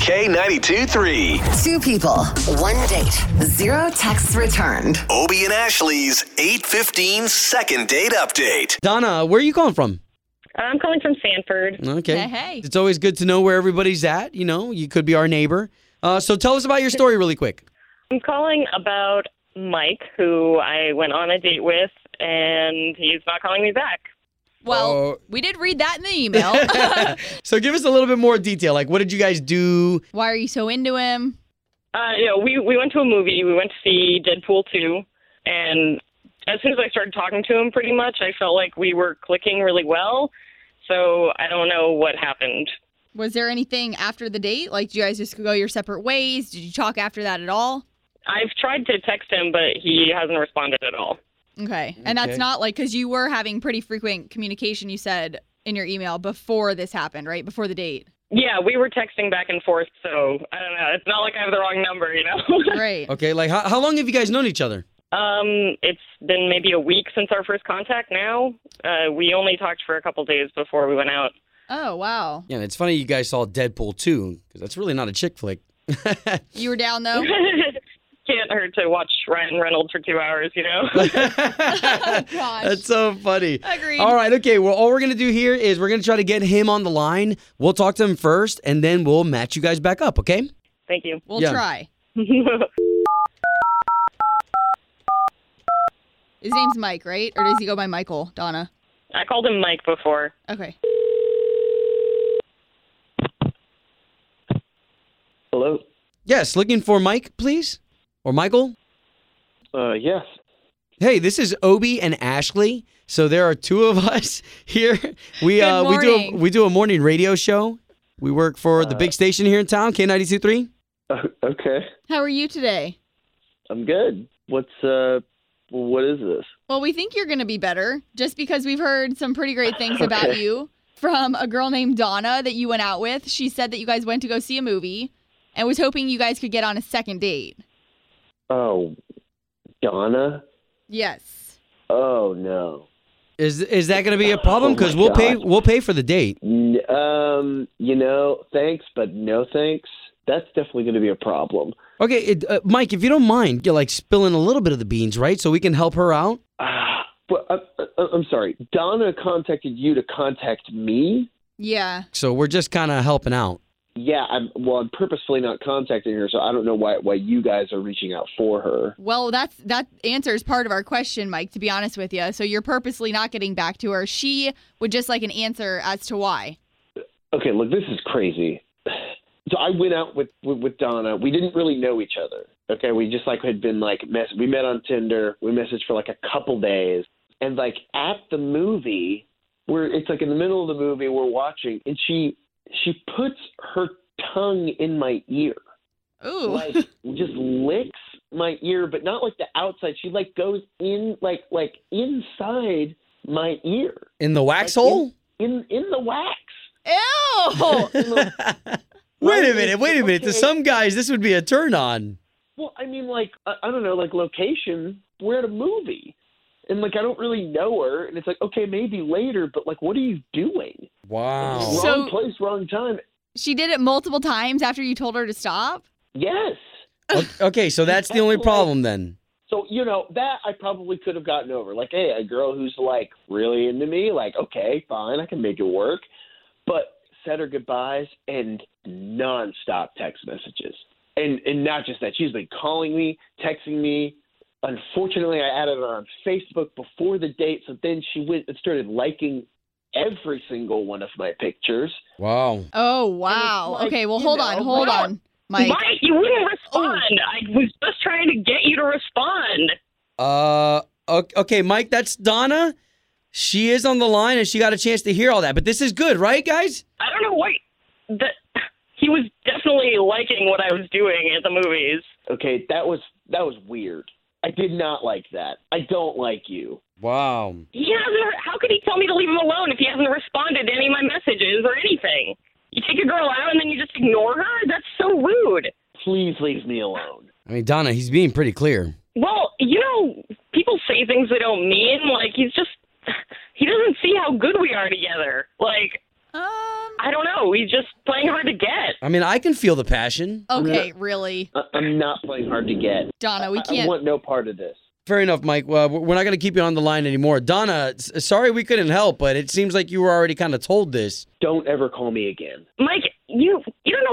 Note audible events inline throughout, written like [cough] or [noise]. K92 3. Two people, one date, zero texts returned. Obie and Ashley's 815 second date update. Donna, where are you calling from? Uh, I'm calling from Sanford. Okay. Hey, hey. It's always good to know where everybody's at. You know, you could be our neighbor. Uh, so tell us about your story really quick. I'm calling about Mike, who I went on a date with, and he's not calling me back. Well, Oh. we did read that in [laughs] the email. [laughs] So give us a little bit more detail. Like, what did you guys do? Why are you so into him? Uh, you know, we we went to a movie. We went to see Deadpool two, and as soon as I started talking to him, pretty much, I felt like we were clicking really well. So I don't know what happened. Was there anything after the date? Like, did you guys just go your separate ways? Did you talk after that at all? I've tried to text him, but he hasn't responded at all. Okay. And that's Okay. not like because you were having pretty frequent communication, you said in your email before this happened, right? Before the date. Yeah, we were texting back and forth, so I don't know. It's not like I have the wrong number, you know. [laughs] Right. [laughs] Okay, like, how, how long have you guys known each other? Um, it's been maybe a week since our first contact now. Uh, we only talked for a couple days before we went out. [laughs] Oh, wow. Yeah, it's funny you guys saw Deadpool 2, because that's really not a chick [laughs] flick. You were [laughs] down though? Can't hurt to watch Ryan Reynolds for two hours, [laughs] you know? Oh, Gosh. That's so funny. Agreed. All right, okay. Well, all we're going to do here is we're going to try to get him on the line. We'll talk to him first, and then we'll match you guys back up, okay? Thank you. [laughs] We'll Yeah. try. uh, His name's Mike, right? Or does he go by Michael, Donna? I called him Mike before. Okay. Hello. Yes, looking for Mike, please? Or Michael? Uh, yes. Hey, this is Obi and Ashley. So there are two of [laughs] us here. We Good uh we do a, morning. we do a morning radio show. We work for Uh, the big station here in town, K92.3. O- Okay. How are you today? I'm good. What's uh, what is this? Well, we think you're going to be better just because we've heard some pretty great things [laughs] about Okay. you from a girl named Donna that you went out with. She said that you guys went to go see a movie and was hoping you guys could get on a second date. Oh, Donna. Yes. Oh no. Is is that going to be a problem Oh cuz my we'll pay God. we'll pay for the date. N- um, you know, thanks, but no thanks. That's definitely going to be a problem. Okay, it, uh, Mike, if you don't mind, you're like spilling a little bit of the beans, right? So we can help her out. Ah, but I, I, I'm sorry. Donna contacted you to contact me. Yeah. So we're just kind of helping out. Yeah. I'm well. I'm purposefully not contacting her, so I don't know why why you guys are reaching out for her. Well, that's that answers part of our question, Mike, to be honest with you. So you're purposely not getting back to her. She would just like an answer as to why. Okay, look, this is crazy. So I went out with, with with Donna. We didn't really know each other. Okay, we just like had been like mess. We met on Tinder. We messaged for like a couple days, and like at the movie, where it's like in the middle of the movie, we're watching, and she she puts her tongue in my ear, Ooh. like just licks my ear, but not like the outside. She like goes in like like inside my ear, In the wax Like, [laughs] hole? in in the wax. Ew. Oh, [laughs] In the- [laughs] Wait a Like, minute, wait a minute. To okay. some guys, this would be a turn on. Well, I mean, like I, I don't know, like location. We're at a movie, and like I don't really know her, and it's like okay, maybe later, but like, what are you doing? Wow. Wrong So- place, wrong time. she did it multiple times after you told her to stop? Yes. O- okay, so that's [laughs] the only problem then. So you know that I probably could have gotten over. Like, hey, a girl who's like really into me, like okay, fine, I can make it work. But said her goodbyes and nonstop text messages, and and not just that, she's been calling me, texting me. Unfortunately, I added her on Facebook before the date, so then she went and started liking every single one of my pictures. Wow. Oh, wow. like, okay, well, you hold know, on. Hold wow. on, Mike. Mike, you wouldn't respond. I was just trying to get you to respond. Uh, o- okay, Mike, that's Donna. She is on the line and she got a chance to hear all that. But this is good, right, guys? I don't know why. That he was definitely liking what I was doing at the movies. Okay, that was that was weird. I did not like that. I don't like you. Wow. He hasn't. How could he tell me to leave him alone if he hasn't responded to any of my messages or anything? You take a girl out and then you just ignore her? That's so rude. Please leave me alone. I mean, Donna, he's being pretty clear. Well, you know, people say things they don't mean. Like he's just. He doesn't see how good we are together. Like Um. I don't know. He's just playing hard to get. I mean, I can feel the passion. Okay, really, I- I'm not playing hard to get. Donna, we I- I can't. want no part of this. Fair enough, Mike. Well, we're we're not going to keep you on the line anymore. Donna, s- sorry we couldn't help, but it seems like you were already kind of told this. Don't ever call me again. Mike, you you don't know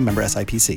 member SIPC.